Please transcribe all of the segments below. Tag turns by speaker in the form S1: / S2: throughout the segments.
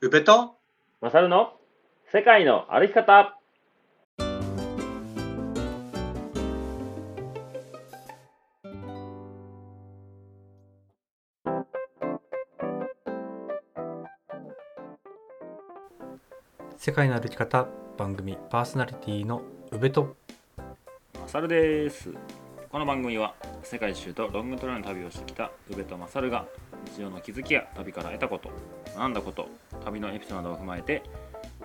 S1: うべと
S2: マサルの世界の歩き方
S3: 世界の歩き方番組パーソナリティの宇部と
S2: マサルですこの番組は世界一周とロングトレイルの旅をしてきた宇部とマサルが日常の気づきや旅から得たこと学んだこと旅のエピソードなどを踏まえて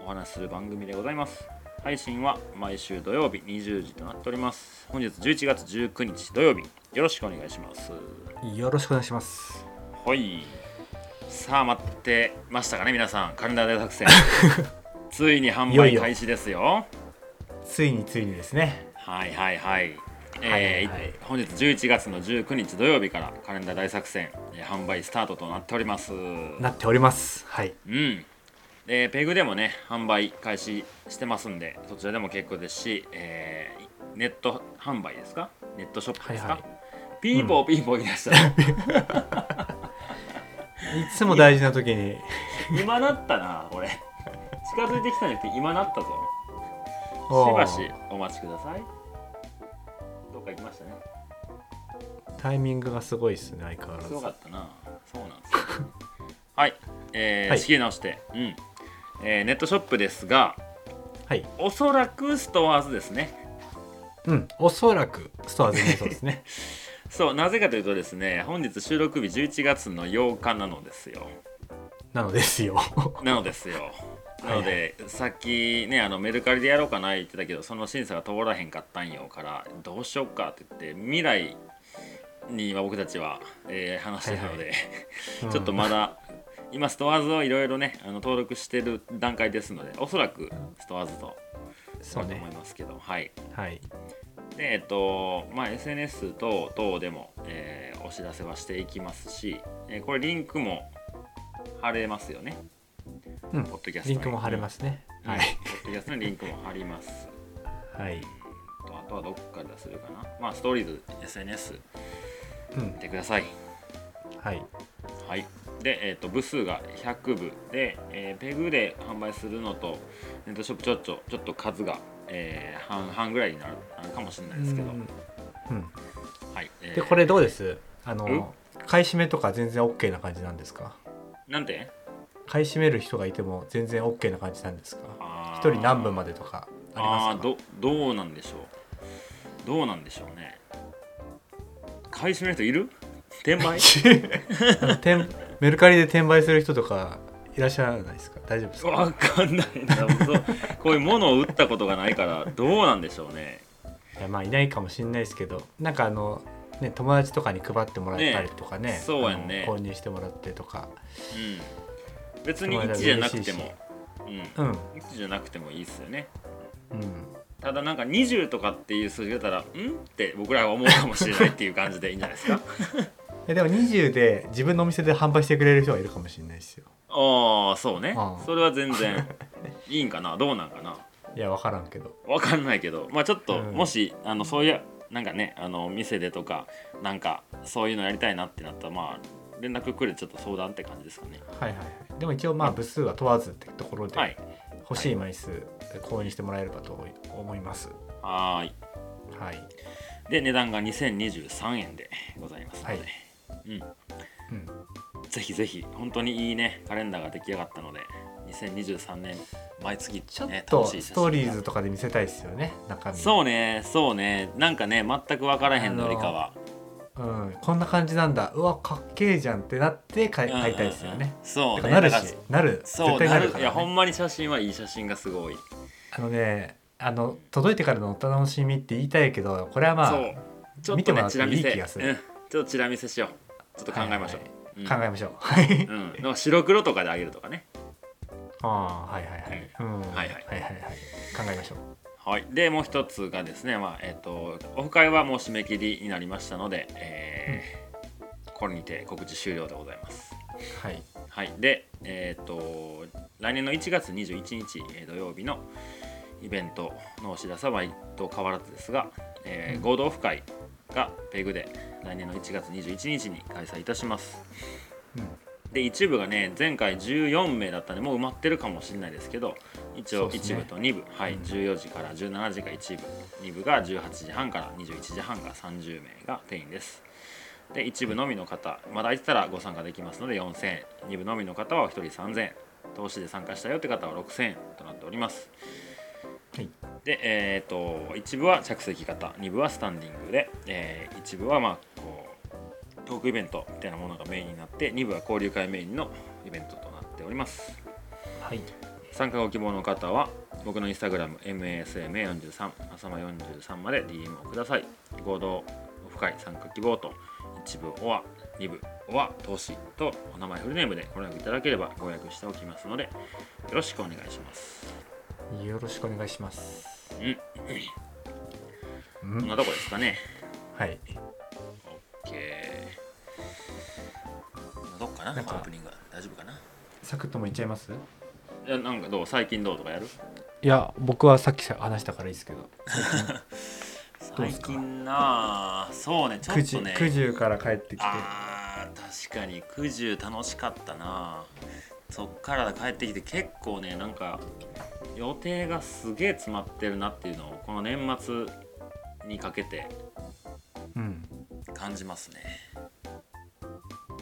S2: お話しする番組でございます配信は毎週土曜日20時となっております本日11月19日土曜日よろしくお願いします
S3: よろしくお願いします
S2: ほいさあ待ってましたかね皆さんカレンダー大作 戦ついに販
S3: いよい
S2: 売
S3: よ
S2: 開始ですよ
S3: ついについにですね
S2: はいはいはい。
S3: はい
S2: えー
S3: はい
S2: 本日11月の19日土曜日からカレンダー大作戦、えー販売スタートとなっております。う
S3: なっておりますはい
S2: ん。でペグでもね販売開始してますんでそちらでも結構ですし、えーネット販売ですかネットショップですか、
S3: はいは
S2: ピーポーピーポー言い出した ら、
S3: いつも大事な 時に
S2: 今なったな俺近づいてきたんじゃなくて今なったぞし
S3: お
S2: ば
S3: ー
S2: しお待ちくださいどっか行きましたね
S3: タイミングがすごいですね相変わら
S2: す
S3: ず
S2: ごかったな。そうなんですよ。はい、えー
S3: はい
S2: 仕切り直して、うんえーネットショップですが、
S3: はい
S2: おそらくストアーズですね。
S3: うんおそらくストア全然そうで すね
S2: そう、なぜかというとですね、本日収録日11月の8日なのですよ。
S3: なのですよ
S2: なのですよ。
S3: はい
S2: なので、さっきねあのメルカリでやろうかな言ってたけどその審査が通らへんかったんよからどうしようかって言って未来に今僕たちは、えー話してたので、 ちょっと
S3: うん
S2: まだ今ストアーズをいろいろねあの登録してる段階ですのでおそらくストアーズと
S3: そ
S2: だ
S3: う
S2: と
S3: ね
S2: 思いますけど、はい
S3: はい
S2: でえっとまあ SNS 等々でも、えーお知らせはしていきますし、えーこれリンクも貼れますよね
S3: うん
S2: ポッドキャスト
S3: リンクも貼れますすね
S2: は
S3: はいい
S2: ポッドキャストのリンクも貼ります
S3: はい
S2: とあとはどっから出せるかなまあストーリーズ SNS
S3: うん
S2: 見てください
S3: はい
S2: はい、で、えー、と部数が100部で、えーペグで販売するのとネットショップちょっとちょっと数が、えー半半ぐらいになるなるかもしれないですけど、
S3: うんうん
S2: はいえー
S3: でこれどうですあ
S2: うん
S3: の買い占めとか全然 OK な感じなんですか
S2: なんて
S3: 買い占める人がいても全然 OK な感じなんですか
S2: あ
S3: 一人何分
S2: も
S3: までとかあり
S2: あ
S3: ます
S2: ー
S3: か
S2: どどうなんでしょうどうなんでしょうね買い占める人いる転 売
S3: あの 転メルカリで転売する人とかいらっしゃらないですか大丈夫ですか
S2: わかんないなそうこういうものを売ったことがないからどうなんでしょうね
S3: いやまあいないかもしれないですけどなんかあのね友達とかに配ってもらったりとかね
S2: ねそうやんね
S3: あの購入してもらってとか
S2: うん別に1じゃなくても、うん、
S3: うんうん
S2: 1じゃなくてもいいですよねただなんか20とかっていう数字出たら「ん?」って僕らは思うかもしれないっていう感じでいいんじゃないです か
S3: えでも20で自分のお店で販売してくれる人がいるかもしれないですよ
S2: ああそうね
S3: うん
S2: それは全然いいんかなどうなんかない
S3: や分からんけど
S2: わかんないけどまあちょっと
S3: うん
S2: もし、あのそういうなんかねあの店でとかなんかそういうのやりたいなってなったらまあ連絡くれちょっと相談って感じですかね
S3: はいはいはいでも一応まあ部数は問わずってところで、
S2: はい
S3: 欲しい枚数購入してもらえればと思います
S2: はーい
S3: はい、
S2: で値段が2023円でございますので、
S3: はい
S2: うん
S3: うん、
S2: ぜひぜひ本当にいいねカレンダーが出来上がったので2023年毎月、ね、
S3: ちょっと
S2: 楽しい
S3: ストーリーズ
S2: と
S3: とかで見せたいですよね中身
S2: そうねそうねなんかね全く分からへんのよりかは
S3: うん、こんな感じなんだうわかっけえじゃんってなって買い買いたいですよ
S2: うんうん
S3: ね
S2: うん、そう
S3: て
S2: ね
S3: かなる
S2: だから
S3: しなる
S2: そ
S3: 絶
S2: う
S3: 対
S2: な
S3: な
S2: る
S3: るか
S2: いや
S3: ら、
S2: ほん
S3: ね、
S2: まに写真はいい写真がすごい、
S3: あのねあの届いてからのお楽しみって言いたいけどこれはまあ
S2: そ
S3: 考
S2: うちょっ
S3: 見て
S2: と
S3: も
S2: ね
S3: らって
S2: チラ見せ
S3: いい気がする
S2: うん、ちょっとチラ見せしようちょっと考えましょう、
S3: はい
S2: うん
S3: えましょう、はい
S2: うん、なんか白黒とかであげるとかね
S3: ああはいはいはい、うん
S2: はいはい
S3: はいはい考えましょう
S2: はい、でもう一つがですね、まあえっとオフ会はもう締め切りになりましたので、えーこれにて告知終了でございます。
S3: はい
S2: はい、で、えっと来年の1月21日、えー土曜日のイベントのお知らせは毎度変わらずですが、えー合同オフ会がペグで来年の1月21日に開催いたします。
S3: うん
S2: で一部がね前回14名だったんでもう埋まってるかもしれないですけど一
S3: そう
S2: 応
S3: っすね
S2: 一部と二部、はい、
S3: うん
S2: 14時から17時が一部二部が18時半から21時半が30名が定員ですで一部のみの方まだ空いてたらご参加できますので4000円二部のみの方はお一人3000円投資で参加したよって方は6000円となっております
S3: はい
S2: でえー、と一部は着席型二部はスタンディングで、えー一部はまあこうトークイベントみたいなものがメインになって二部は交流会メインのイベントとなっております
S3: はい
S2: 参加ご希望の方は僕のインスタグラム MASMA43 朝間43まで DM をください合同オフ会参加希望と一部オア二部オア投資とお名前フルネームでご連絡いただければご予約しておきますのでよろしくお願いします
S3: よろしくお願いします
S2: うん
S3: う
S2: こん
S3: ん
S2: なとこですかね
S3: はい
S2: オッケーどっかな
S3: なんか
S2: オープニングは大丈夫かな
S3: サクッともいっちゃいます
S2: いやなんかどう最近どうとかやる
S3: いや僕はさっき話したからいいですけどどう
S2: 最
S3: すか
S2: 近なあそうねちょ
S3: 九
S2: っ
S3: 十
S2: とね
S3: 九十から帰ってきて
S2: あー確かに九十楽しかったなそっから帰ってきて結構ねなんか予定がすげえ詰まってるなっていうのをこの年末にかけて
S3: うん
S2: 感じますね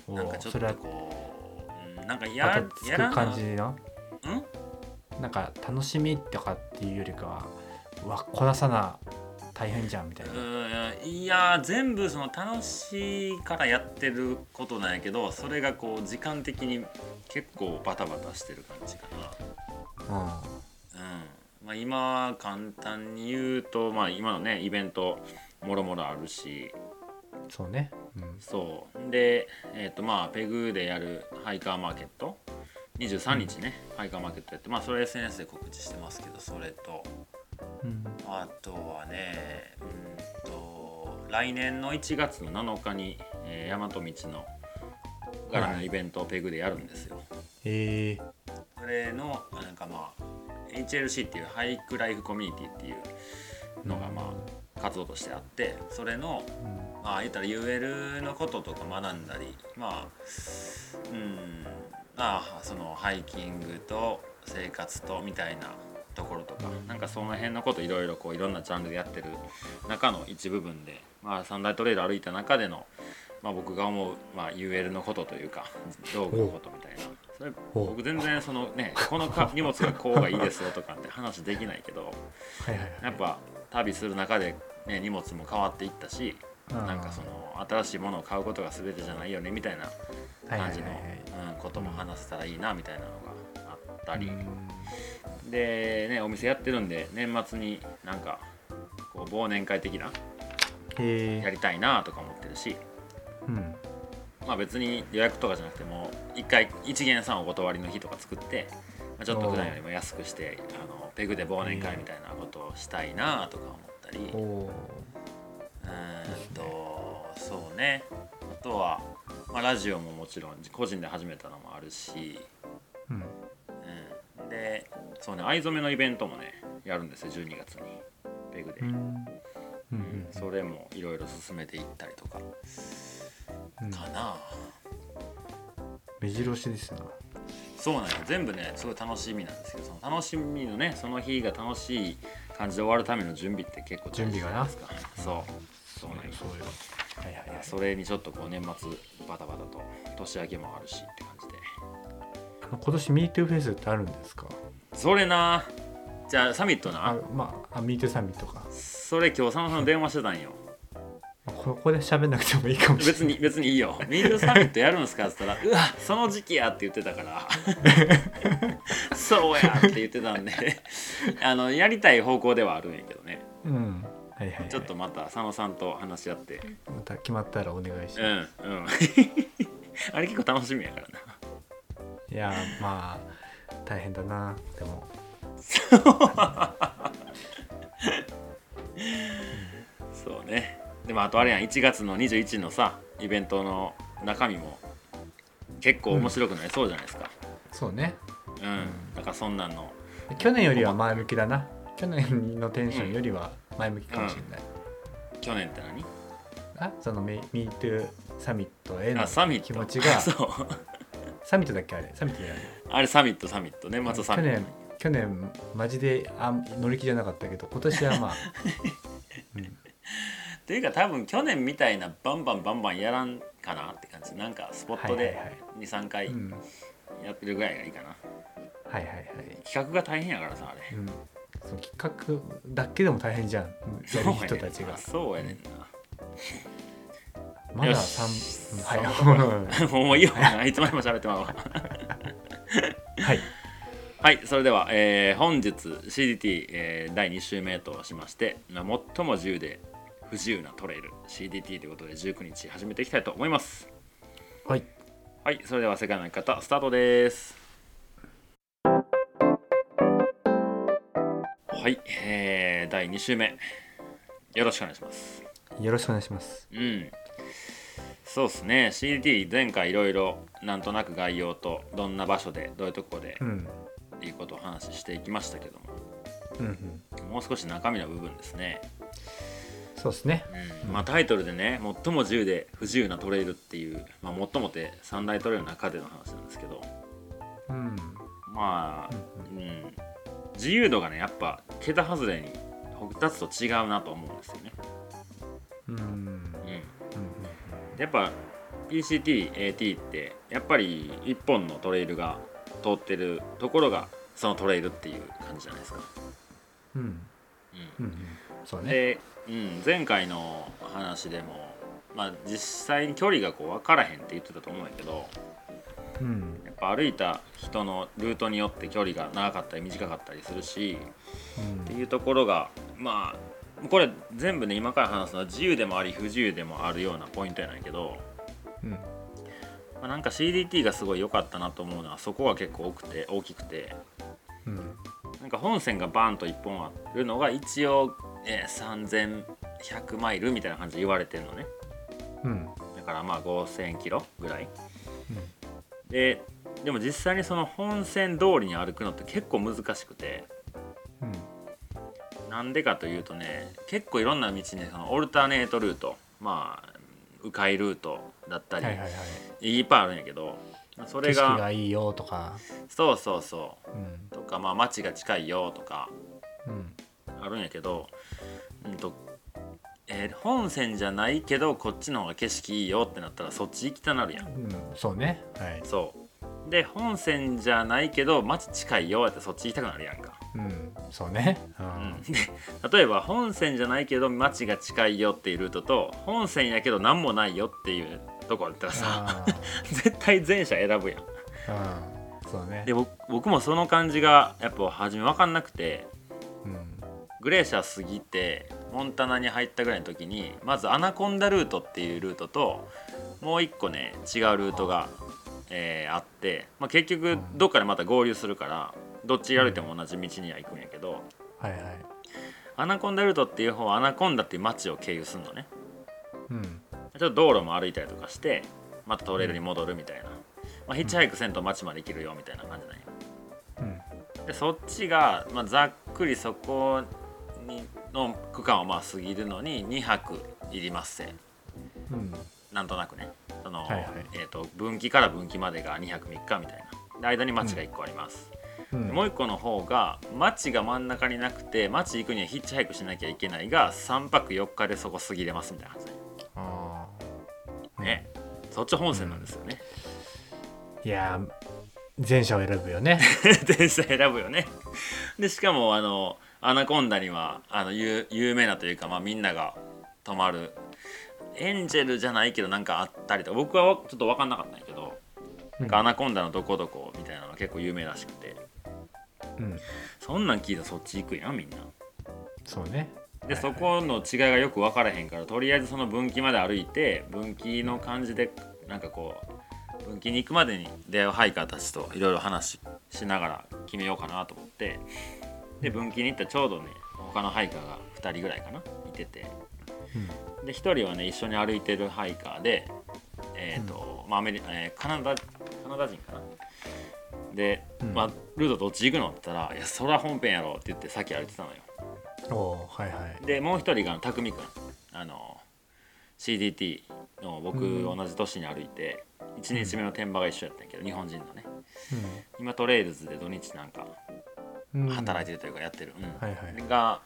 S3: お
S2: なんか
S3: ー
S2: ちょっ
S3: それは
S2: とこううんなんかや
S3: また
S2: ら
S3: つ
S2: や
S3: く
S2: ら
S3: 感
S2: な
S3: じな
S2: うん
S3: なんか楽しみとかっていうよりかはうわこなさな大変じゃんみたいな
S2: うーんいやー全部その楽しいからやってることなんやけどそれがこう時間的に結構バタバタしてる感じか
S3: う
S2: な、うんまあ、今簡単に言うと、まあ、今のねイベントもろもろあるし
S3: んそうねうん
S2: そうでえっ、とまあペグでやるハイカーマーケット23日ね、ハイカーマーケットやってまあそれ SNS で告知してますけどそれと
S3: うん
S2: あとはねうーんと来年の1月の7日に、えー、大和道の柄のイベントをペグでやるんですよ。
S3: えー
S2: それのなんかまあ HLC っていうハイクライフコミュニティっていうのがまあ活動としてあってそれの
S3: うん
S2: まあ言ったら UL のこととか学んだりまあうんまあそのハイキングと生活とみたいなところとかなんかその辺のこといろいろこういろんなジャンルでやってる中の一部分で、まあ、三大トレイル歩いた中での、まあ、僕が思う、まあ、UL のことというか道具のことみたいなそれ
S3: お
S2: 僕全然そのねこのか荷物がこうがいいですよとかって話できないけど
S3: はいはい
S2: やっぱ旅する中で、ね、荷物も変わっていったし
S3: はい
S2: なんかその新しいものを買うことが全てじゃないよねみたいな
S3: はいは
S2: 感
S3: い
S2: じの
S3: はいはい
S2: うんことも話せたらいいなみたいなのがあったり
S3: うん
S2: でねお店やってるんで年末になんかこう忘年会的な
S3: え
S2: や
S3: ー
S2: りたいなとか思ってるし
S3: うん
S2: まあ別に予約とかじゃなくても一回一元さんお断りの日とか作ってまあちょっと普段よりも安くしてあのペグで忘年会みたいなことをしたいなとか思ったり。
S3: おおー
S2: うーんとそうねあとは、まあ、ラジオももちろん個人で始めたのもあるし、
S3: うん
S2: うん、でそうね藍染めのイベントもねやるんですよ12月にペグで、
S3: う
S2: うん
S3: んうん
S2: それもいろいろ進めていったりとか
S3: うん
S2: かな、
S3: 目白押しですな
S2: そうなんよ全部ねすごい楽しみなんですけどその楽しみのねその日が楽しい感じで終わるための準備って結構大事じゃないですかそうそうなんよ
S3: そうよはいはいはい
S2: それにちょっとこう年末バタバタと年明けもあるしって感じで
S3: あの今年 MeToo フェスってあるんですか
S2: それなじゃあサミットな
S3: あまああ MeToo サミットか
S2: それ今日佐野さんと電話してたんよ
S3: まあここで喋んなくてもいいかもしれな
S2: 別
S3: い
S2: に別にいいよ「ミールサミットやるん すか?」っつったら「うわその時期や」って言ってたから「そうや」って言ってたんであのやりたい方向ではあるんやけどね
S3: うんはいはい、はい、
S2: ちょっとまた佐野さんと話し合って
S3: また決まったらお願いし
S2: う
S3: ま
S2: んうん あれ結構楽しみやからな
S3: す、いやーまあ大変だなでも
S2: そうねでもあとあれやん1月の21のさイベントの中身も結構面白くなりそうじゃないですか
S3: そうね
S2: うん、だからそんなんの
S3: 去年よりは前向きだな去年のテンションよりは前向きかもしれない、
S2: 去年って何
S3: あその MeToo サミットへの
S2: あサミット
S3: 気持ちが
S2: そう
S3: サミットだっけあれサミットだよね
S2: あれサミットサミット年末サ
S3: 去
S2: ミッ
S3: 年去年マジであん乗り気じゃなかったけど今年 はまあ
S2: トというか多分去年みたいなバンバンバンバンやらんかなって感じなんかスポット
S3: はいはいは
S2: で
S3: い
S2: 23回
S3: うんはい
S2: やってるぐらいがいいかな、
S3: はいはい、
S2: 企画が大変やからさあれ
S3: うん、その企画だけでも大変じゃんやる人たちが
S2: そうやねんな
S3: まだ
S2: よし
S3: 3
S2: そんなところ
S3: は
S2: もういいよな いつまでも喋ってまうわ
S3: いはい
S2: はいそれでは、えー本日 CDT、えー第2週目としましてまあ最も自由で不自由なトレイル CDT ということで19日始めていきたいと思います
S3: はい
S2: はいそれでは世界の生き方スタートですはい、えー第2週目よろしくお願いします
S3: よろしくお願いします
S2: うんそうですね CDT 前回いろいろなんとなく概要とどんな場所でどういうとこで
S3: うん
S2: っていうことをお話ししていきましたけども
S3: うんうん
S2: もう少し中身の部分ですね、
S3: そうですね
S2: うんまあ、タイトルでね「最も自由で不自由なトレイル」っていう、まあ、最もって三大トレイルの中での話なんですけど
S3: うん
S2: まあ、うん、自由度がねやっぱ桁外れに立つと違うなと思うんですよね、
S3: うんうん
S2: うん、
S3: うん
S2: やっぱ PCTAT ってやっぱり一本のトレイルが通ってるところがそのトレイルっていう感じじゃないですか。
S3: うん
S2: う、
S3: うんうんそうんね
S2: で、うん、前回の話でも、まあ、実際に距離がこう分からへんって言ってたと思うんやけど
S3: うん
S2: やっぱ歩いた人のルートによって距離が長かったり短かったりするし
S3: うん
S2: っていうところがまあこれ全部ね今から話すのは自由でもあり不自由でもあるようなポイントやないけど。
S3: うん
S2: まあ、なんか CDT がすごい良かったなと思うのはそこが結構多くて大きくて
S3: うん
S2: なんか本線がバーンと1本あるのが一応、えー3100マイルみたいな感じで言われてるのね
S3: うん
S2: だからまあ5000キロぐらいででも実際にその本線通りに歩くのって結構難しくて
S3: うん
S2: なんでかというとね結構いろんな道にそのオルターネートルートまあ迂回ルートだった
S3: はい
S2: り、
S3: はいはい
S2: いっぱいあるんやけどまあそれ
S3: 景色
S2: が
S3: がいいよとか
S2: そうそうそう
S3: うん
S2: とか、まあ、街が近いよとか
S3: うん
S2: あるんやけど、うんとえー本線じゃないけどこっちの方が景色いいよってなったらそっち行きたなるやん
S3: うんそうねはい
S2: そうで本線じゃないけど街近いよやってそっち行きたくなるやんか、
S3: うんそうねう
S2: うんん、で例えば本線じゃないけど街が近いよっていうルートと本線やけど何もないよっていうとこだったらさ
S3: あ
S2: 絶対前者選ぶやん
S3: ーうんそうね
S2: で僕僕もその感じがやっぱ初め分かんなくて
S3: うん
S2: グレーシャー過ぎてモンタナに入ったぐらいの時にまずアナコンダルートっていうルートともう一個ね違うルートが、えーあって、まあ、結局どっかでまた合流するからどっち歩いても同じ道には行くんやけど
S3: はいはい
S2: アナコンダルートっていう方はアナコンダっていう町を経由するのね
S3: うん
S2: ちょっと道路も歩いたりとかしてまたトレイルに戻るみたいな、まあ、ヒッチハイクせんと町まで行けるよみたいな感じなんや
S3: うん
S2: でそっちが、まあ、ざっくりそこにの区間をまあ過ぎるのに2泊いりますせ
S3: うん
S2: なんとなくねその、
S3: はいはい
S2: えー、と分岐から分岐までが2泊3日みたいなで間に町が1個あります、
S3: うん
S2: もう1個の方が町が真ん中になくて町行くにはヒッチハイクしなきゃいけないが3泊4日でそこ過ぎれますみたいな感じだ
S3: あー
S2: ねね、そっち本線なんですよね、
S3: いやー前者を選ぶよね
S2: 電車選ぶよねでしかもあのアナコンダにはあの有有名なというか、まあ、みんなが泊まるエンジェルじゃないけどなんかあったりとか僕はちょっと分かんなかったんやけど、 なんかアナコンダのどこどこみたいなの結構有名らしくて
S3: うん
S2: そんなん聞いたらそっち行くやんみんな
S3: そうね
S2: でそこの違いがよく分からへんからとりあえずその分岐まで歩いて分岐の感じでなんかこう分岐に行くまでに出会うハイカーたちといろいろ話しながら決めようかなと思ってで分岐に行ったらちょうどね他のハイカーが2人ぐらいかないててで1人はね一緒に歩いてるハイカーでえっ、と、まあアメリえーカナダカナダ人かなで、
S3: うん
S2: まあ、ルートどっち行くのって言ったら「いやそら本編やろ」って言ってさっき歩いてたのよ。
S3: うんおーはいはい
S2: でもう一人がたくみくんあの CDT の僕
S3: うん
S2: 同じ年に歩いて、 1日目の天場が一緒やったんやけど日本人のね今トレイルズで土日なんか
S3: うん
S2: 働いて
S3: て
S2: るというかやってる、うん
S3: はいはい
S2: が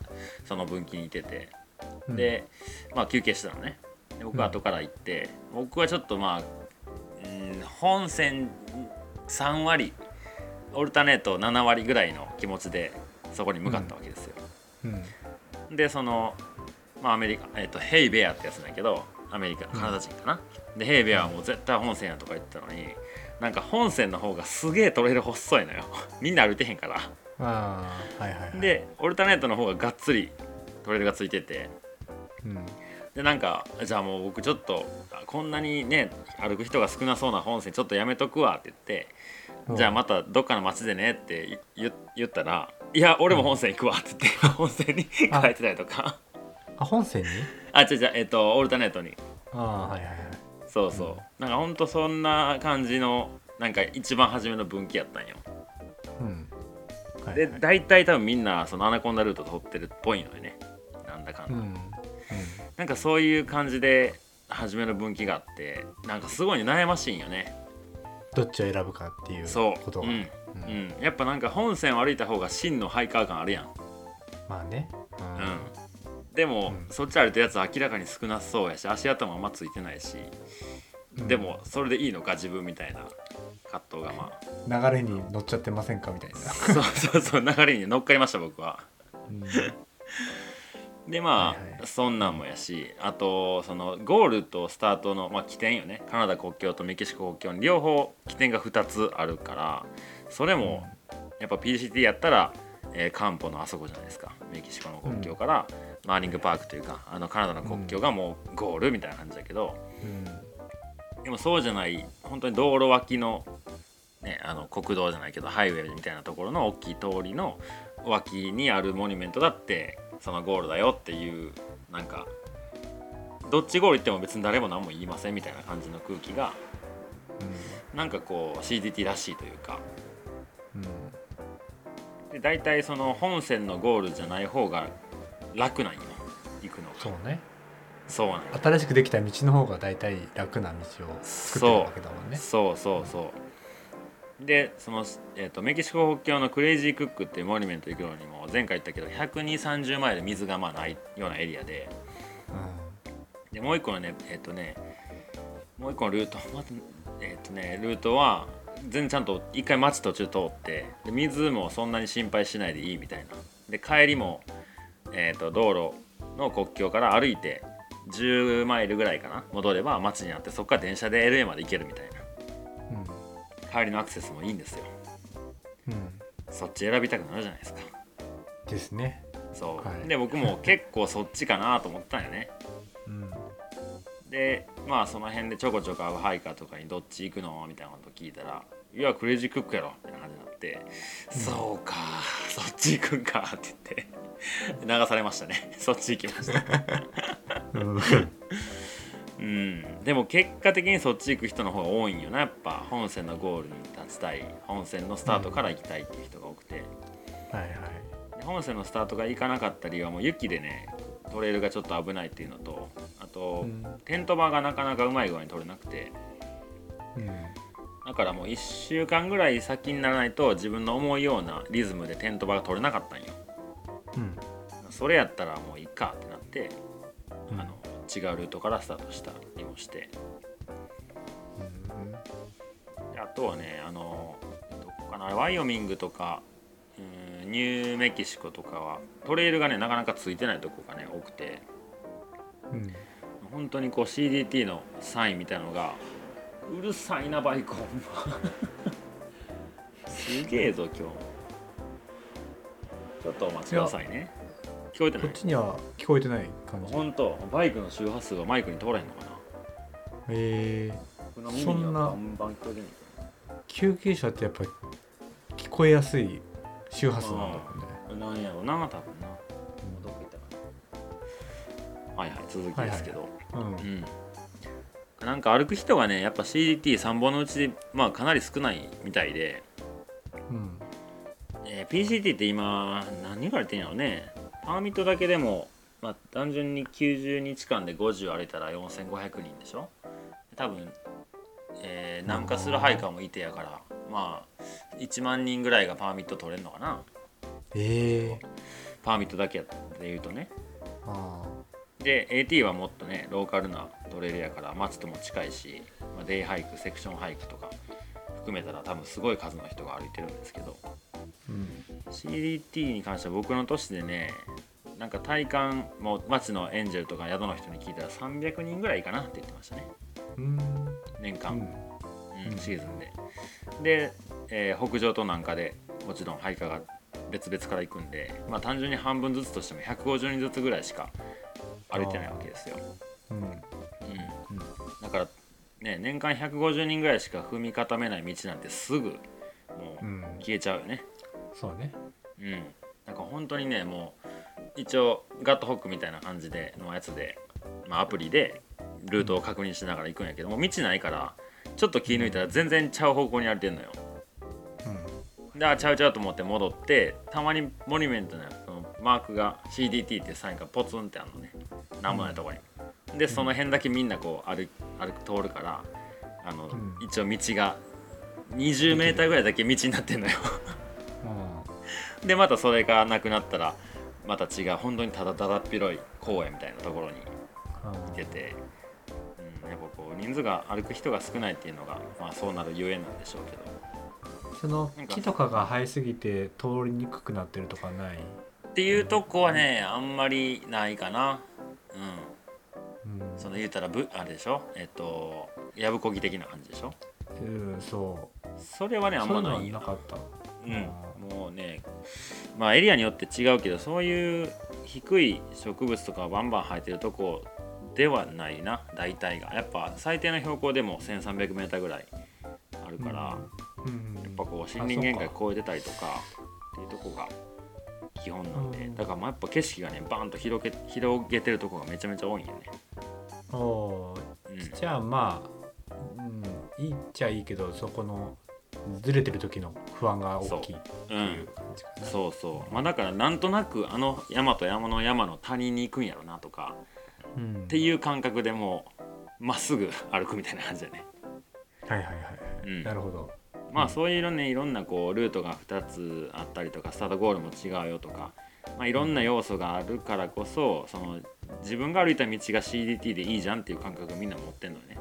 S2: その分岐にいてて、で、まあ、休憩してたのねで僕は後から行って、僕はちょっとまあ、うん、本線3割オルタネート7割ぐらいの気持ちでそこに向かったわけですよ、
S3: うんうん
S2: でその、まあ、アメリカ、えっとヘイベアってやつなんやけどアメリカカナダ人かな、でヘイベアはもう絶対本線やとか言ってたのになんか本線の方がすげえトレイル細いのよ みんな歩いてへんから
S3: ああはいはいはい、
S2: でオルタネートの方ががっつりトレイルがついてて
S3: うん
S2: でなんかじゃあもう僕ちょっとあこんなにね歩く人が少なそうな本線ちょっとやめとくわって言ってじゃあまたどっかの町でねって言言ったら「いや俺も本線行くわ」って言って本線に 帰ってたりとか
S3: あ本線に
S2: あ違う違うえっとオルタネートに
S3: ああはいはいはい
S2: そうそう、なんかほんとそんな感じのなんか一番初めの分岐やったんよ
S3: うんはい
S2: で
S3: はい
S2: 大体多分みんなそのアナコンダルート通ってるっぽいのよねなんだかん
S3: う
S2: だ、
S3: んうん
S2: なんかそういう感じで初めの分岐があってなんかすごい悩ましいんよね
S3: どっちを選ぶかっていう
S2: そう
S3: こと
S2: う
S3: が
S2: ん
S3: うん
S2: うん、やっぱなんか本線を歩いた方が真のハイカー感あるやん、
S3: まあねう
S2: うんんでも、
S3: うん
S2: そっち歩いたやつは明らかに少なそうやし足頭もあんまついてないし、
S3: うん
S2: でもそれでいいのか自分みたいな葛藤がまあ
S3: 流れに乗っちゃってませんかみたいな、
S2: そうそうそう流れに乗っかりました僕は
S3: うん、
S2: でまあ、
S3: はいはい
S2: そんなんもやしあとそのゴールとスタートの、まあ、起点よねカナダ国境とメキシコ国境に両方起点が2つあるからそれもやっぱ PCT やったら、えーカンポのあそこじゃないですかメキシコの国境から、マーリングパークというかあのカナダの国境がもうゴールみたいな感じだけど、
S3: うん
S2: でもそうじゃない本当に道路脇の,、ね、あの国道じゃないけどハイウェイみたいなところの大きい通りの脇にあるモニュメントだってそのゴールだよっていうなんかどっちゴール行っても別に誰も何も言いませんみたいな感じの空気がなんかこう CDT らしいというか
S3: うんうん
S2: で大体その本線のゴールじゃない方が楽なんよ行くの
S3: そう
S2: が
S3: ね
S2: そうなんよ
S3: 新しくできた道の方が大体楽な道を作ってるわけだもんね
S2: そうそうそうでその、えー、とメキシコ北境のクレイジークックっていうモニュメント行くのにも前回言ったけど12030マイル水がまあないようなエリアででもう一個のねえっ、とねもう一個のルート、 まずえっ、とねルートは全然ちゃんと一回町途中通ってで水もそんなに心配しないでいいみたいなで帰りも、えー、と道路の国境から歩いて10マイルぐらいかな戻れば町になってそこから電車で LA まで行けるみたいな
S3: うん
S2: 帰りのアクセスもいいんですよ
S3: うん、うん、
S2: そっち選びたくなるじゃないですか
S3: ですね
S2: そう、
S3: はい
S2: で僕も結構そっちかなと思ったんよね
S3: うん
S2: でまあその辺でちょこちょこ会うハイカーとかにどっち行くのみたいなこと聞いたら「いやクレイジークックやろ」みたいな感じになって「そうかそっち行くんか」って言って流されましたね そっち行きました
S3: うん
S2: うんでも結果的にそっち行く人の方が多いんよなやっぱ本線のゴールに立ちたい本線のスタートから行きたいっていう人が多くて、
S3: はいはい
S2: で本線のスタートが行かなかった理由はもう雪でねトレイルがちょっと危ないっていうのとあと、
S3: うん
S2: テント場がなかなかうまい具合に取れなくて
S3: うん
S2: だからもう1週間ぐらい先にならないと自分の思うようなリズムでテント場が取れなかったんよ
S3: うん
S2: それやったらもういいかってなって、
S3: うん
S2: あの違うルートからスタートしたりもして
S3: うん
S2: であとはねあのどこかなワイオミングとかうんニューメキシコとかはトレイルがねなかなかついてないとこがね多くて
S3: うん
S2: 本当にこう CDT のサインみたいなのがうるさいなバイコンすげえぞ今日ちょっとお待ちくださいね聞こえてな
S3: こっ
S2: い
S3: ちには聞こえてない感じ
S2: 本当バイクの周波数がマイクに通らへんのかな
S3: えー、
S2: 僕の
S3: の
S2: 耳
S3: 耳
S2: に
S3: に
S2: は
S3: は
S2: バ
S3: バ
S2: ンバン聞こえてない
S3: 救急車ってやっぱ聞こえやすい周波数なんだもんね
S2: なんやろな多分などこ行ったかなはいはい続きですけど、
S3: うんうん
S2: うんなんか歩く人がねやっぱ CDT3 本のうちで、まあ、かなり少ないみたいで、
S3: うん
S2: えー PCT って今何言われてんやろねパーミットだけでも、まあ、単純に90日間で50歩いたら4500人でしょ多分えー南下するハイカーもいてやからまあ1万人ぐらいがパーミット取れんのかな
S3: ええ
S2: パーミットだけやで言うとね
S3: あ
S2: で AT はもっとねローカルなトレイルやから街とも近いし、まあ、デイハイクセクションハイクとか含めたら多分すごい数の人が歩いてるんですけど
S3: ーうん
S2: CDT に関しては僕の年でねなんか体感もう街のエンジェルとか宿の人に聞いたら300人ぐらいかなって言ってましたね
S3: うん
S2: 年
S3: う
S2: 間、
S3: ん
S2: うんシーズンで。で、えー北上と南下でもちろん配下が別々から行くんで、まあ、単純に半分ずつとしても150人ずつぐらいしか歩いてないわけですよ。
S3: うん
S2: うんだから、ね、年間150人ぐらいしか踏み固めない道なんてすぐもう
S3: う
S2: ん消えちゃうよね。
S3: そうね
S2: うん、なんか本当にねもう一応ガットホックみたいな感じでのやつで、まあ、アプリでルートを確認しながら行くんやけどもう道ないからちょっと気抜いたら全然ちゃう方向に歩いてんのよ。
S3: うん
S2: であちゃうちゃうと思って戻ってたまにモニュメントのそのマークが CDT ってサインがポツンってあるのねなんもないとこに。でその辺だけみんなこう歩歩く通るからあの、
S3: ん
S2: 一応道が 20m ぐらいだけ道になってんのよ。
S3: あ
S2: でまたそれがなくなったらまた違う本当にただただっ広い公園みたいなところに
S3: あ
S2: 行けて、うん、やっぱこう人数が歩く人が少ないっていうのが、まあ、そうなるゆえなんでしょうけど
S3: その木とかが生えすぎて通りにくくなってるとかない
S2: っていうとこはねあんまりないかなうん
S3: うん
S2: その言うたらぶあれでしょえっとやぶこぎ的な感じでしょ
S3: うんそう
S2: それはねあん
S3: そう
S2: ま
S3: いうの
S2: な
S3: はい
S2: よ
S3: なかった
S2: うん、もうねまあエリアによって違うけどそういう低い植物とかバンバン生えてるとこではないな大体がやっぱ最低の標高でも 1300m ぐらいあるから、やっ
S3: うん
S2: ぱこう森林限界超えてたりとかっていうとこが基本なんで、
S3: うん
S2: だからまあやっぱ景色がねバーンと広げ広げてるとこがめちゃめちゃ多いんよね。
S3: おおー
S2: うん
S3: じゃあまあ、うん、いいっちゃいいけどそこのずれてる時の不安が大きいって
S2: う
S3: いうん感じかな。
S2: そうそうまあだからなんとなくあの山と山の山の谷に行くんやろなとか
S3: うん
S2: っていう感覚でもうまっすぐ歩くみたいな感じだね、
S3: はいはいはい、
S2: うん
S3: なるほど。
S2: まあそういうねいろんなこうルートが2つあったりとかスタートゴールも違うよとか、まあ、いろんな要素があるからこそその自分が歩いた道が CDT でいいじゃんっていう感覚をみんな持ってんのよね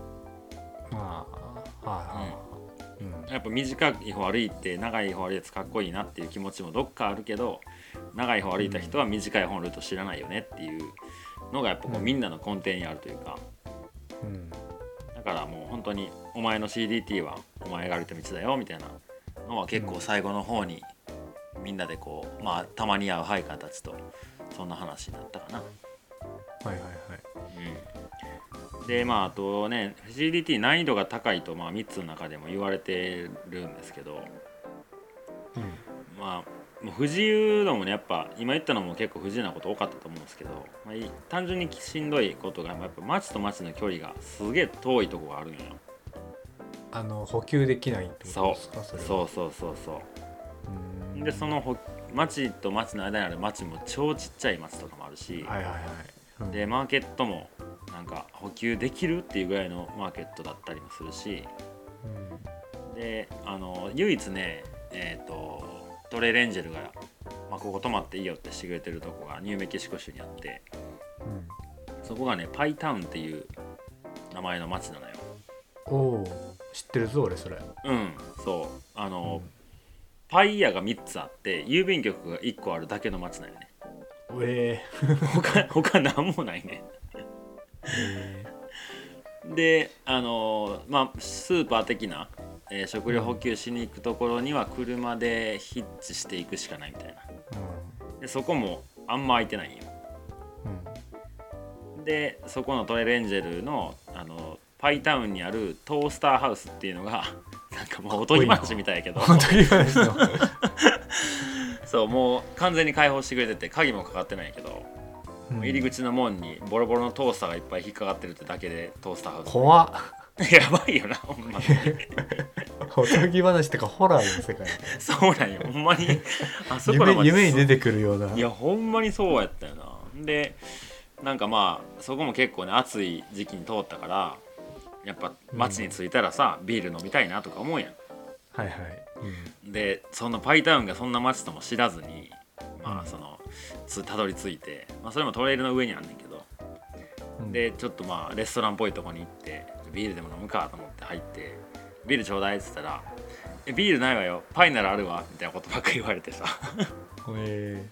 S3: まあはいはいはい。うん
S2: やっぱ短い方歩いて長い方歩いたやつかっこいいなっていう気持ちもどっかあるけど長い方歩いた人は短い方のルート知らないよねっていうのがやっぱこう
S3: うん
S2: みんなの根底にあるというか、
S3: うん
S2: だからもう本当にお前の CDT はお前が歩いた道だよみたいなのは結構最後の方にみんなでこうまあたまに会うハイカーたちとそんな話になったかな。
S3: はいはいはい。
S2: うん、でまああとね CDT 難易度が高いとまあ3つの中でも言われてるんですけど
S3: うん
S2: まあもう不自由度もねやっぱ今言ったのも結構不自由なこと多かったと思うんですけど、まあい単純にしんどいことがやっぱ街と街の距離がすげえ遠いとこがあるんよ。
S3: あの補給できないってことですかそれは
S2: そうそうそうそう
S3: うん
S2: でそのほ町と町の間にある町も超ちっちゃい町とかもあるし、
S3: はいはいはい。うん
S2: でマーケットもなんか補給できるっていうぐらいのマーケットだったりもするし
S3: うん
S2: であの唯一ねえっ、とトレイレンジェルが、まあ、ここ泊まっていいよってしてくれてるとこがニューメキシコ州にあって
S3: うん
S2: そこがねパイタウンっていう名前の町なのよ
S3: おお知ってるぞ俺それ。
S2: うんそうあ
S3: う
S2: の、
S3: ん
S2: パイ屋が3つあって郵便局が1個あるだけの町なんよね
S3: え
S2: 他他何もないね
S3: ー、え
S2: であのーまあスーパー的な、えー食料補給しに行くところには車でヒッチしていくしかないみたいな
S3: ー
S2: でそこもあんま空いてないんよ
S3: うんうん
S2: でそこのトレレンジェルのあのパイタウンにあるトースターハウスっていうのが なんかもうおとぎ話みたいやけど
S3: 本当に話の。
S2: そうもう完全に開放してくれてて鍵もかかってないけど、もう入り口の門にボロボロのトースターがいっぱい引っかかってるってだけでトースターハウス
S3: 怖っ。
S2: やばいよなほんまに
S3: おとぎ話とかホラーの世界
S2: そうなんよほんま にあそこらま
S3: 夢
S2: で
S3: 夢に出てくるようない
S2: やほんまにそうやったよなでなんかまあそこも結構ね暑い時期に通ったからやっぱ街に着いたらさ、ビール飲みたいなとか思うや
S3: はいはい、
S2: んでそのパイタウンがそんな街とも知らずにま
S3: うん
S2: あそのつたどり着いて、まあ、それもトレイルの上にあんねんけど
S3: うんうん、
S2: でちょっとまあレストランっぽいとこに行ってビールでも飲むかと思って入って「ビールちょうだい」っつったら「えビールないわよパイならあるわ」みたいなことばっかり言われてさ
S3: え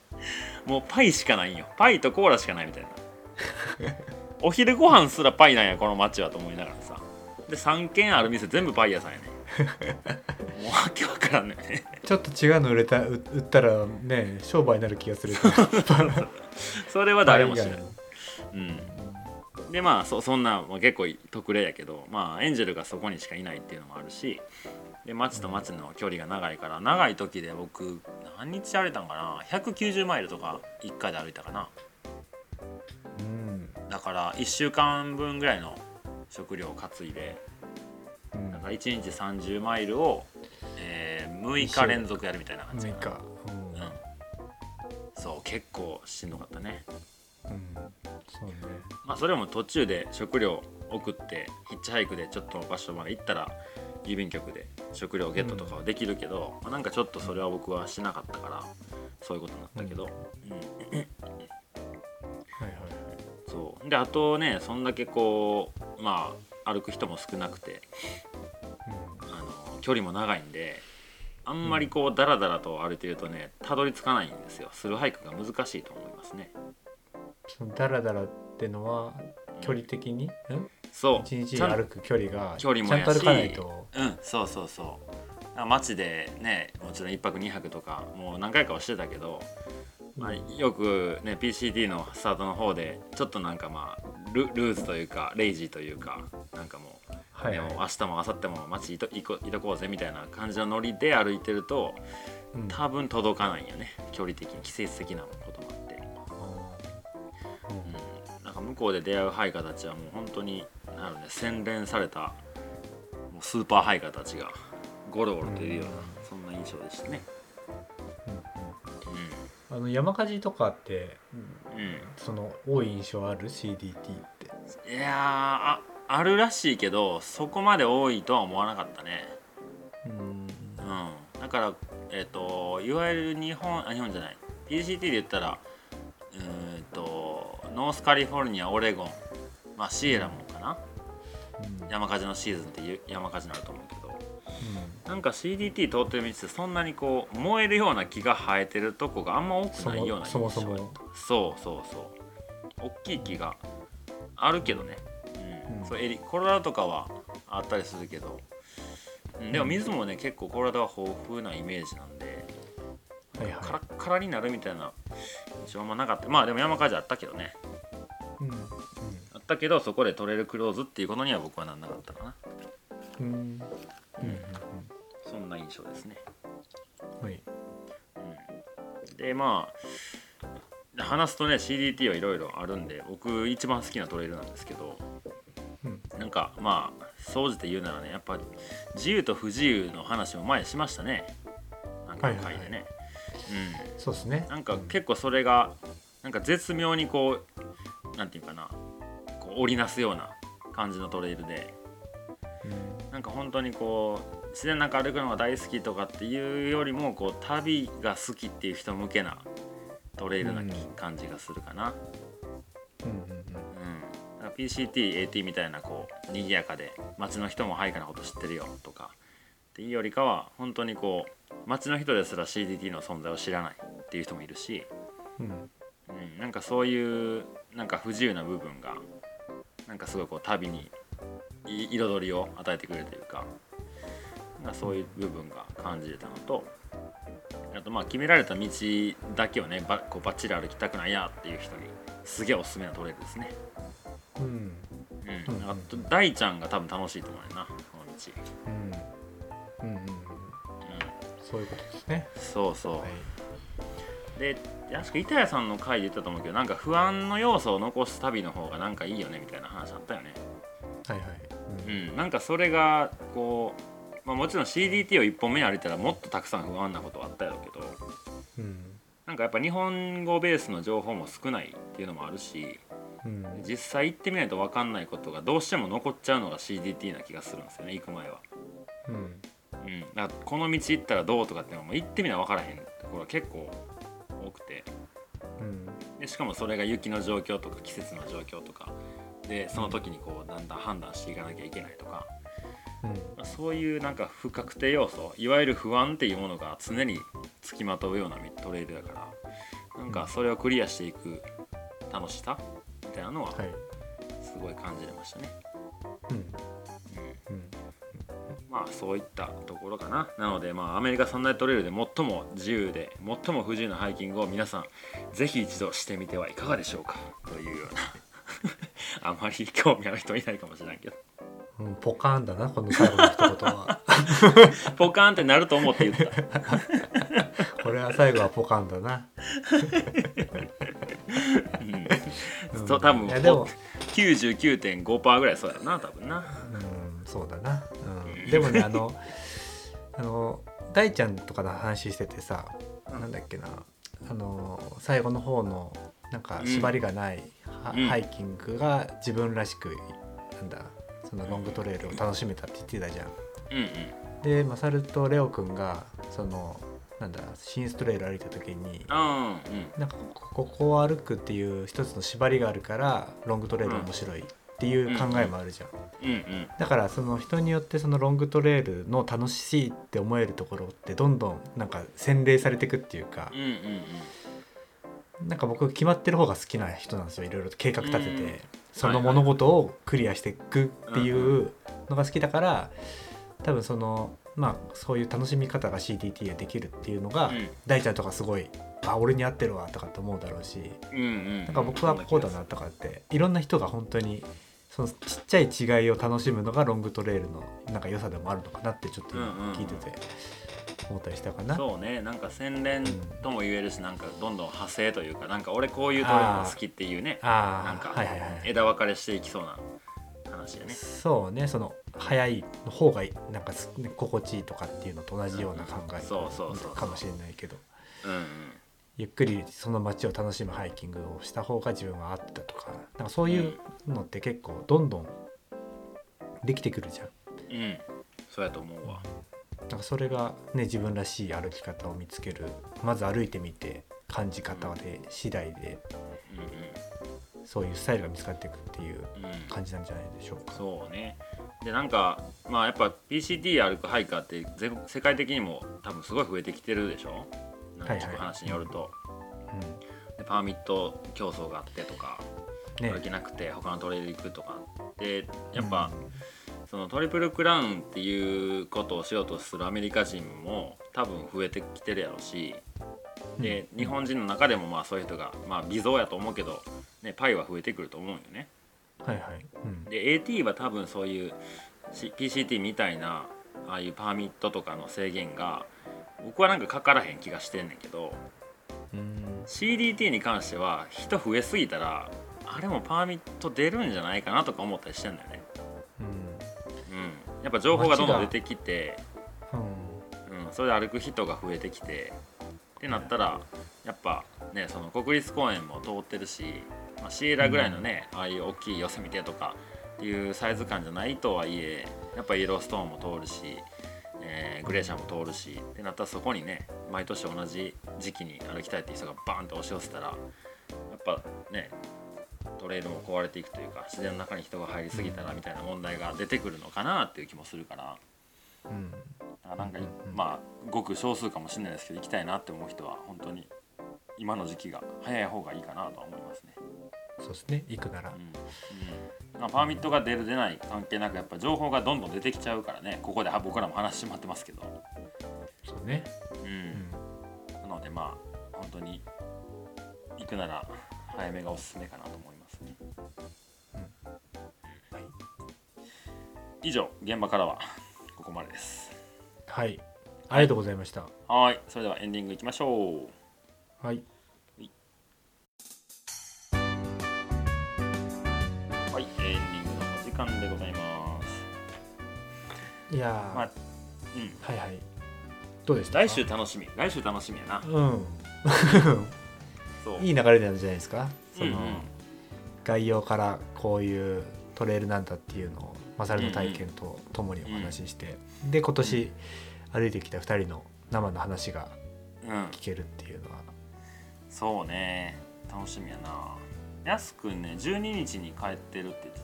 S2: もうパイしかないんよパイとコーラしかないみたい なお昼ご飯すらパイなんやこの街はと思いながらさで3軒ある店全部パイ屋さんやねんもうわけわからんねん ね
S3: ーちょっと違うの売れた売売ったらね商売になる気 がする
S2: それは誰も知らない
S3: 海外の
S2: うん、でまあそそんな、まあ、結構特例やけど、まあ、エンジェルがそこにしかいないっていうのもあるしで町と町の距離が長いから長い時で僕何日歩いたんかな190マイルとか1回で歩いたかな
S3: うん、
S2: だから1週間分ぐらいの食料を担いで
S3: うん
S2: だから1日30マイルを、え6日連続やるみたいな感じ
S3: 6
S2: か
S3: 日、
S2: な、うん、そう結構しんどかったね
S3: うんうん、そうね
S2: まあ、それも途中で食料送ってヒッチハイクでちょっと場所まで行ったら郵便局で食料ゲットとかはできるけど、まあ、なんかちょっとそれは僕はしなかったからそういうことになったけど、うん
S3: はいはい
S2: そうであとねそんだけこうまあ歩く人も少なくてあの距離も長いんであんまりこうダラダラと歩いてるとねたどり着かないんですよスルーハイクが難しいと思いますね。
S3: そのダラダラってのは距離的に、うん、
S2: そう
S3: 一日
S2: ちゃん
S3: 歩く距離が
S2: 距離も
S3: ちゃん
S2: や
S3: と
S2: し
S3: 歩かないと、
S2: うんそうそうそうだから街でねもちろん1泊2泊とかもう何回かはしてたけど、まあ、よくね PCT のスタートの方でちょっとなんかまあルルーズというかレイジーというかなんかもう,、
S3: はい
S2: ね
S3: は
S2: も
S3: い
S2: う明日も明後日も街いといこいとこうぜみたいな感じのノリで歩いてると
S3: うん
S2: 多分届かないんよね距離的に季節的なこともあって。うんなんか向こうで出会うハイカーたちはもう本当になるね洗練されたもうスーパーハイカーたちがゴロゴロといるような、
S3: うん
S2: そんな印象でしたね。
S3: あの山火事とかって、
S2: うんうん
S3: その多い印象ある CDT っ
S2: い
S3: て
S2: やーああるらしいけどそこまで多いとは思わなかったね。
S3: うん
S2: うん、だから、えっといわゆる日本あ日本じゃない PCT で言ったらうーんとノースカリフォルニアオレゴン、まあ、シエラもかな山火事のシーズンっていう山火事になると思うけど。なんか CDT 通ってる道ってそんなにこう燃えるような木が生えてるとこがあんま多く
S3: そ
S2: ないような
S3: もそもそ
S2: 印象
S3: も
S2: そうそうそう大きい木があるけどね、うん
S3: うん
S2: そうエリコロラドとかはあったりするけど、うん、でも水もね結構コロラドは豊富なイメージなんで
S3: はい
S2: カラ
S3: は
S2: ッカラになるみたいな印象もなかったまあでも山火事あったけどね
S3: い、うん
S2: あったけどそこでトレイルクローズっていうことには僕はなんなかったかな
S3: うんうんうん
S2: そんな印象ですね
S3: うんはい
S2: うんでまあ話すとね CDT はいろいろあるんで僕一番好きなトレイルなんですけど
S3: うん
S2: なんかまあ総じて言うならねやっぱ自由と不自由の話も前にしましたねなんかの回でね、
S3: そうですね
S2: うんなんか結構それがなんか絶妙にこうなんていうかなこう織りなすような感じのトレイルで
S3: うん
S2: なんか本当にこう自然の中歩くのが大好きとかっていうよりもこう旅が好きっていう人向けなトレイルな
S3: うん
S2: 感じがするかな、
S3: うんうん
S2: う
S3: うん
S2: んだから PCTAT みたいなこう賑やかで街の人もハイカのこと知ってるよとかっていうよりかは本当にこう街の人ですら CDT の存在を知らないっていう人もいるし、
S3: うん
S2: うん、なんかそういうなんか不自由な部分がなんかすごいこう旅にい彩りを与えてくれるというかなんかそういう部分が感じれたのとあとまあ決められた道だけをねばこうバッチリ歩きたくないやっていう人にすげえおすすめなトレイルですね、
S3: うん
S2: う、
S3: うんん
S2: なんか大ちゃんが多分楽しいと思うよなこの道、
S3: うんうんうん
S2: う
S3: そういうことですね
S2: ん、そうそう、
S3: はい
S2: で確か板谷さんの回で言ったと思うけどなんか不安の要素を残す旅の方がなんかいいよねみたいな話あったよね
S3: はいは
S2: う
S3: い
S2: ん、なんかそれがこう、まあ、もちろん CDT を1本目に歩いたらもっとたくさん不安なことはあったやろうけど
S3: うんうん
S2: なんかやっぱ日本語ベースの情報も少ないっていうのもあるし
S3: うん
S2: 実際行ってみないと分かんないことがどうしても残っちゃうのが CDT な気がするんですよね行く前は、
S3: うん
S2: うん、だからこの道行ったらどうとかっていうのも行ってみな分からへんところが結構多くて
S3: うん
S2: でしかもそれが雪の状況とか季節の状況とかでその時にこうだんだん判断していかなきゃいけないとか、
S3: うん
S2: まあそういうなんか不確定要素いわゆる不安っていうものが常に付きまとうようなトレイルだからなんかそれをクリアしていく楽しさみたいなのは
S3: はい
S2: すごい感じれましたね、
S3: うん
S2: うん
S3: うん
S2: まあそういったところかななのでまあアメリカ三大トレイルで最も自由で最も不自由なハイキングを皆さんぜひ一度してみてはいかがでしょうかというような あまり興味ある人いないかもしれないけど
S3: うんポカーンだなこの最後の一言は
S2: ポカーンってなると思って言った
S3: これは最後はポカーンだな
S2: うんそう多分
S3: いやでも
S2: ほ99.5%ぐらいそうやろな多分な
S3: うんそうだな、うん、でもねあのあの大ちゃんとかの話しててさなんだっけなあの最後の方のなんか
S2: うん
S3: 縛りがないは、
S2: うん
S3: ハイキングが自分らしくなんだそのロングトレイルを楽しめたって言ってたじゃん。
S2: うんうん
S3: でマサルとレオくんがそのなんだ新ストレイル歩いた時に
S2: あーうん
S3: なんかここを歩くっていう一つの縛りがあるからロングトレイル面白いっていう考えもあるじゃん。
S2: うんうん
S3: だからその人によってそのロングトレイルの楽しいって思えるところってどんどんなんか洗礼されていくっていうか
S2: うんうんうん
S3: なんか僕決まってる方が好きな人なんですよいろいろと計画立て
S2: うん
S3: てその物事をクリアしていくっていうのが好きだから多分そのまあそういう楽しみ方が CDT ができるっていうのが
S2: うん
S3: 大ちゃんとかすごいあ俺に合ってるわとかって思うだろうし
S2: うんうん
S3: なんか僕はこうだなとかっていろんな人が本当にそのちっちゃい違いを楽しむのがロングトレイルのなんか良さでもあるのかなってちょっと今
S2: うんうんうん
S3: 聞いてて思ったりしたかな。
S2: そうねなんか洗練とも言えるしなんかどんどん派生というかなんか俺こういうトレーニングが好きっていうねな
S3: あ
S2: んか
S3: あはいはいはい。
S2: 枝分かれしていきそうな話やね
S3: そうねその早いの方がなんかす心地いいとかっていうのと同じような考え
S2: そうそうそう
S3: かもしれないけど
S2: うんうん
S3: ゆっくりその街を楽しむハイキングをした方が自分は合ってたとかなんかそういうのって結構どんどんできてくるじゃん。
S2: うんそうやと思うわ
S3: なんかそれがね自分らしい歩き方を見つけるまず歩いてみて感じ方で次第で
S2: う
S3: そういうスタイルが見つかっていくっていうん
S2: うんうん
S3: 感じなんじゃないでしょうか。
S2: そうねでなんかまあやっぱ PCT 歩くハイカーって全世界的にも多分すごい増えてきてるでしょなんか聞く話によると、
S3: う
S2: でパーミット競争があってとか、
S3: ん、ね
S2: 歩けなくて他のトレール行くとかでやっぱ、そのトリプルクラウンっていうことをしようとするアメリカ人も多分増えてきてるやろうし
S3: うん
S2: で日本人の中でもまあそういう人がまあ微増やと思うけど、ね、パイは増えてくると思うんよね。
S3: はいはい、うん
S2: で AT は多分そういう C- PCT みたいなああいうパーミットとかの制限が僕はなんかかからへん気がしてんねんけど
S3: うん
S2: CDT に関しては人増えすぎたらあれもパーミット出るんじゃないかなとか思ったりしてんだよね。
S3: うん
S2: うん、やっぱ情報がどんどん出てきて、
S3: うん
S2: うん、それで歩く人が増えてきてってなったらやっぱねその国立公園も通ってるし、まあ、シエラぐらいのね、ああいう大きい寄せ見てとかっていうサイズ感じゃないとはいえやっぱイエローストーンも通るし、えーグレーシャーも通るしってなったらそこにね毎年同じ時期に歩きたいっていう人がバーンと押し寄せたらやっぱねトレイルも壊れていくというか自然の中に人が入りすぎたらみたいな問題が出てくるのかなっていう気もするから。
S3: うん
S2: あなんかい、
S3: うんうんうん
S2: まあごく少数かもしれないですけど行きたいなって思う人は本当に今の時期が早い方がいいかなとは思いますね。
S3: そうですね行くなら、
S2: うんうんまあ、パーミットが出る出ない関係なくやっぱ情報がどんどん出てきちゃうからねここでは僕らも話してもらってますけど、
S3: そうね、
S2: う、
S3: うんん、
S2: なのでまあ本当に行くなら早めがおすすめかなと思いますね。
S3: はい、
S2: 以上現場からはここまでです。
S3: はい、ありがとうございました。
S2: はいそれではエンディングいきましょう。
S3: はい、
S2: はいエンディングのお時間でございます。
S3: いやー、
S2: まあうん
S3: はいはいどうでしたか
S2: 来週楽しみ来週楽しみやな
S3: うん
S2: そう
S3: いい流れなんじゃないですかその、
S2: うんうん
S3: 概要からこういうトレイルなんだっていうのをマサルの体験とともにお話しして、で今年歩いてきた2人の生の話が
S2: うん
S3: 聞けるっていうのは
S2: そうね楽しみやなやすくんね12日に帰ってるって言って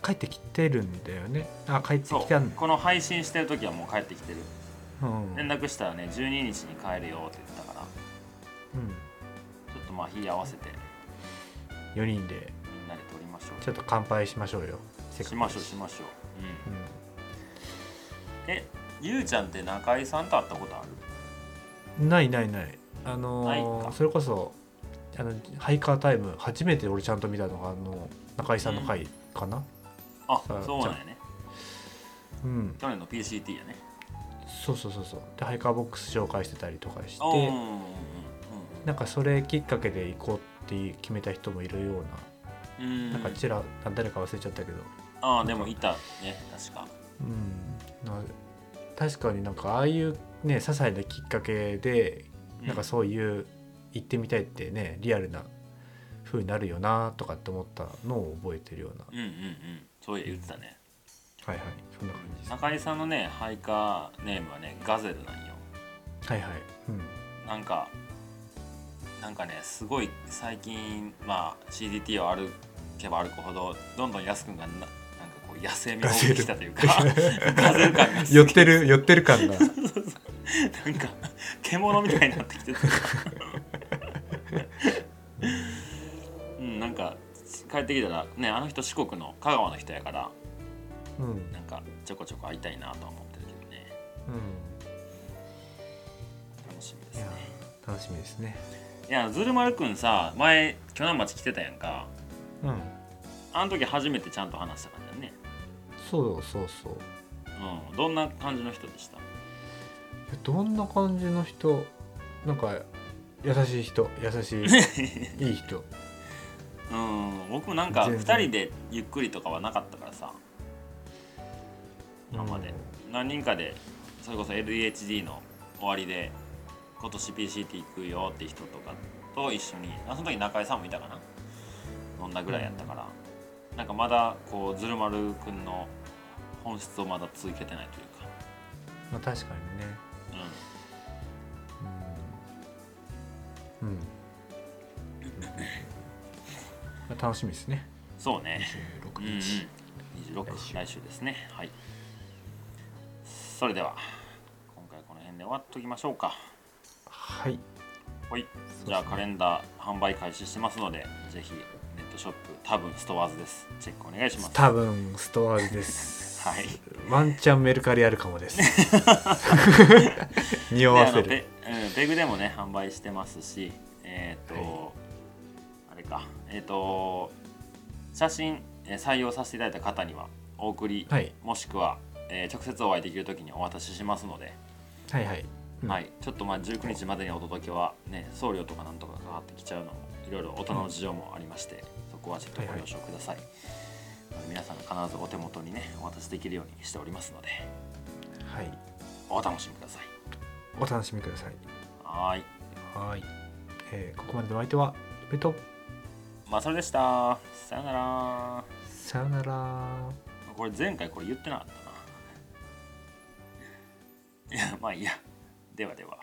S2: た
S3: 帰ってきてるんだよねあ帰って
S2: そ
S3: きたん
S2: う
S3: だ
S2: この配信してる時はもう帰ってきてる
S3: う
S2: 連
S3: ん、
S2: 絡したらね12日に帰るよって言ってたから
S3: うん、
S2: ちょっとまあ日合わせて
S3: 4人で
S2: みんなで撮りましょう
S3: ちょっと乾杯しましょうよせっ
S2: し
S3: かく
S2: ま
S3: だ
S2: しょうしましょう、
S3: う
S2: うんん、えゆうちゃんって中居さんと会ったことある
S3: ないないないあの
S2: ない
S3: ー
S2: か
S3: それこそあのハイカータイム初めて俺ちゃんと見たのがあの中井さんの回かな
S2: あ
S3: さあ
S2: そうなんやね
S3: うん、
S2: 去年の PCT やね
S3: そうそうそうそうでハイカーボックス紹介してたりとかし
S2: うんうんうん
S3: てなんかそれきっかけで行こうって決めた人もいるよ
S2: うんう
S3: う
S2: ん
S3: ななんかちらあ誰か忘れちゃったけど
S2: ああでもいたね確か
S3: うんな確かになんかああいうね些細なきっかけでなんかそういう行ってみたいってねリアルな風になるよなとかって思ったのを覚えてるような
S2: うんうんうんうんそういや言ってたね
S3: はいはいそんな感じです
S2: 中井さんのねハイカーネームはねガゼルなんよ
S3: はいはいうん
S2: なんかなんかねすごい最近まあ CDT を歩けば歩くほどどんどんやすくんがななんかこう野生味を帯びてきたというかガゼル感 がす
S3: 寄ってる寄ってる感が
S2: なんか獣みたいになってきてたうんなんか帰ってきたらねあの人四国の香川の人やから
S3: うんうん
S2: なんかちょこちょこ会いたいなとは思ってるけどね楽しみで
S3: い
S2: すね
S3: やー楽しみですね
S2: いやずるまるくんさ前鋸南町来てたやんか
S3: うん
S2: あの時初めてちゃんと話した感じだね
S3: そうそうそう
S2: うんどんな感じの人でした
S3: えどんな感じの人なんか優しい人優 しいいい人
S2: うん僕もなんか
S3: 全
S2: 2
S3: 然
S2: 人でゆっくりとかはなかったからさ今まで何人かでそれこそ LDHD の終わりで今年 PCT 行くよって人とかと一緒にあその時中井さんもいたかな飲んだぐらいやったからなんかまだこうずるまるくんの本質をまだ続けてないというか
S3: まあ確かにね
S2: う
S3: うん、うんまあ楽しみですね
S2: んそうねうんうん
S3: 26日、
S2: 26
S3: 来週
S2: 来週ですねはいそれでは今回この辺で終わっときましょうか
S3: はい
S2: はい
S3: そう
S2: じゃあ
S3: ですね
S2: カレンダー販売開始してますのでぜひネットショップ多分ストアーズですチェックお願いします
S3: 多分ストアーズです
S2: はい
S3: ワンチャンメルカリあるかもです 匂
S2: であ
S3: わせ
S2: の
S3: る
S2: ペ,、うん、ペグでもね販売してますしえっ、と、あれかえっ、と写真えー採用させていただいた方にはお送り、
S3: はい
S2: もしくは、えー直接お会いできる時にお渡ししますので
S3: はいはい、うん
S2: はい、ちょっとまあ19日までにお届けは、ね、送料とかなんとかかかってきちゃうのもいろいろ大人の事情もありまして、そこはちょっとご了承ください、あの皆さんが必ずお手元にねお渡しできるようにしておりますので
S3: はい、
S2: お楽しみください
S3: お楽しみください
S2: はーい
S3: はい、えーここまでのお相手はベト
S2: まそれでしたさよなら
S3: さよなら
S2: これ前回これ言ってなかったないやまあいいやではでは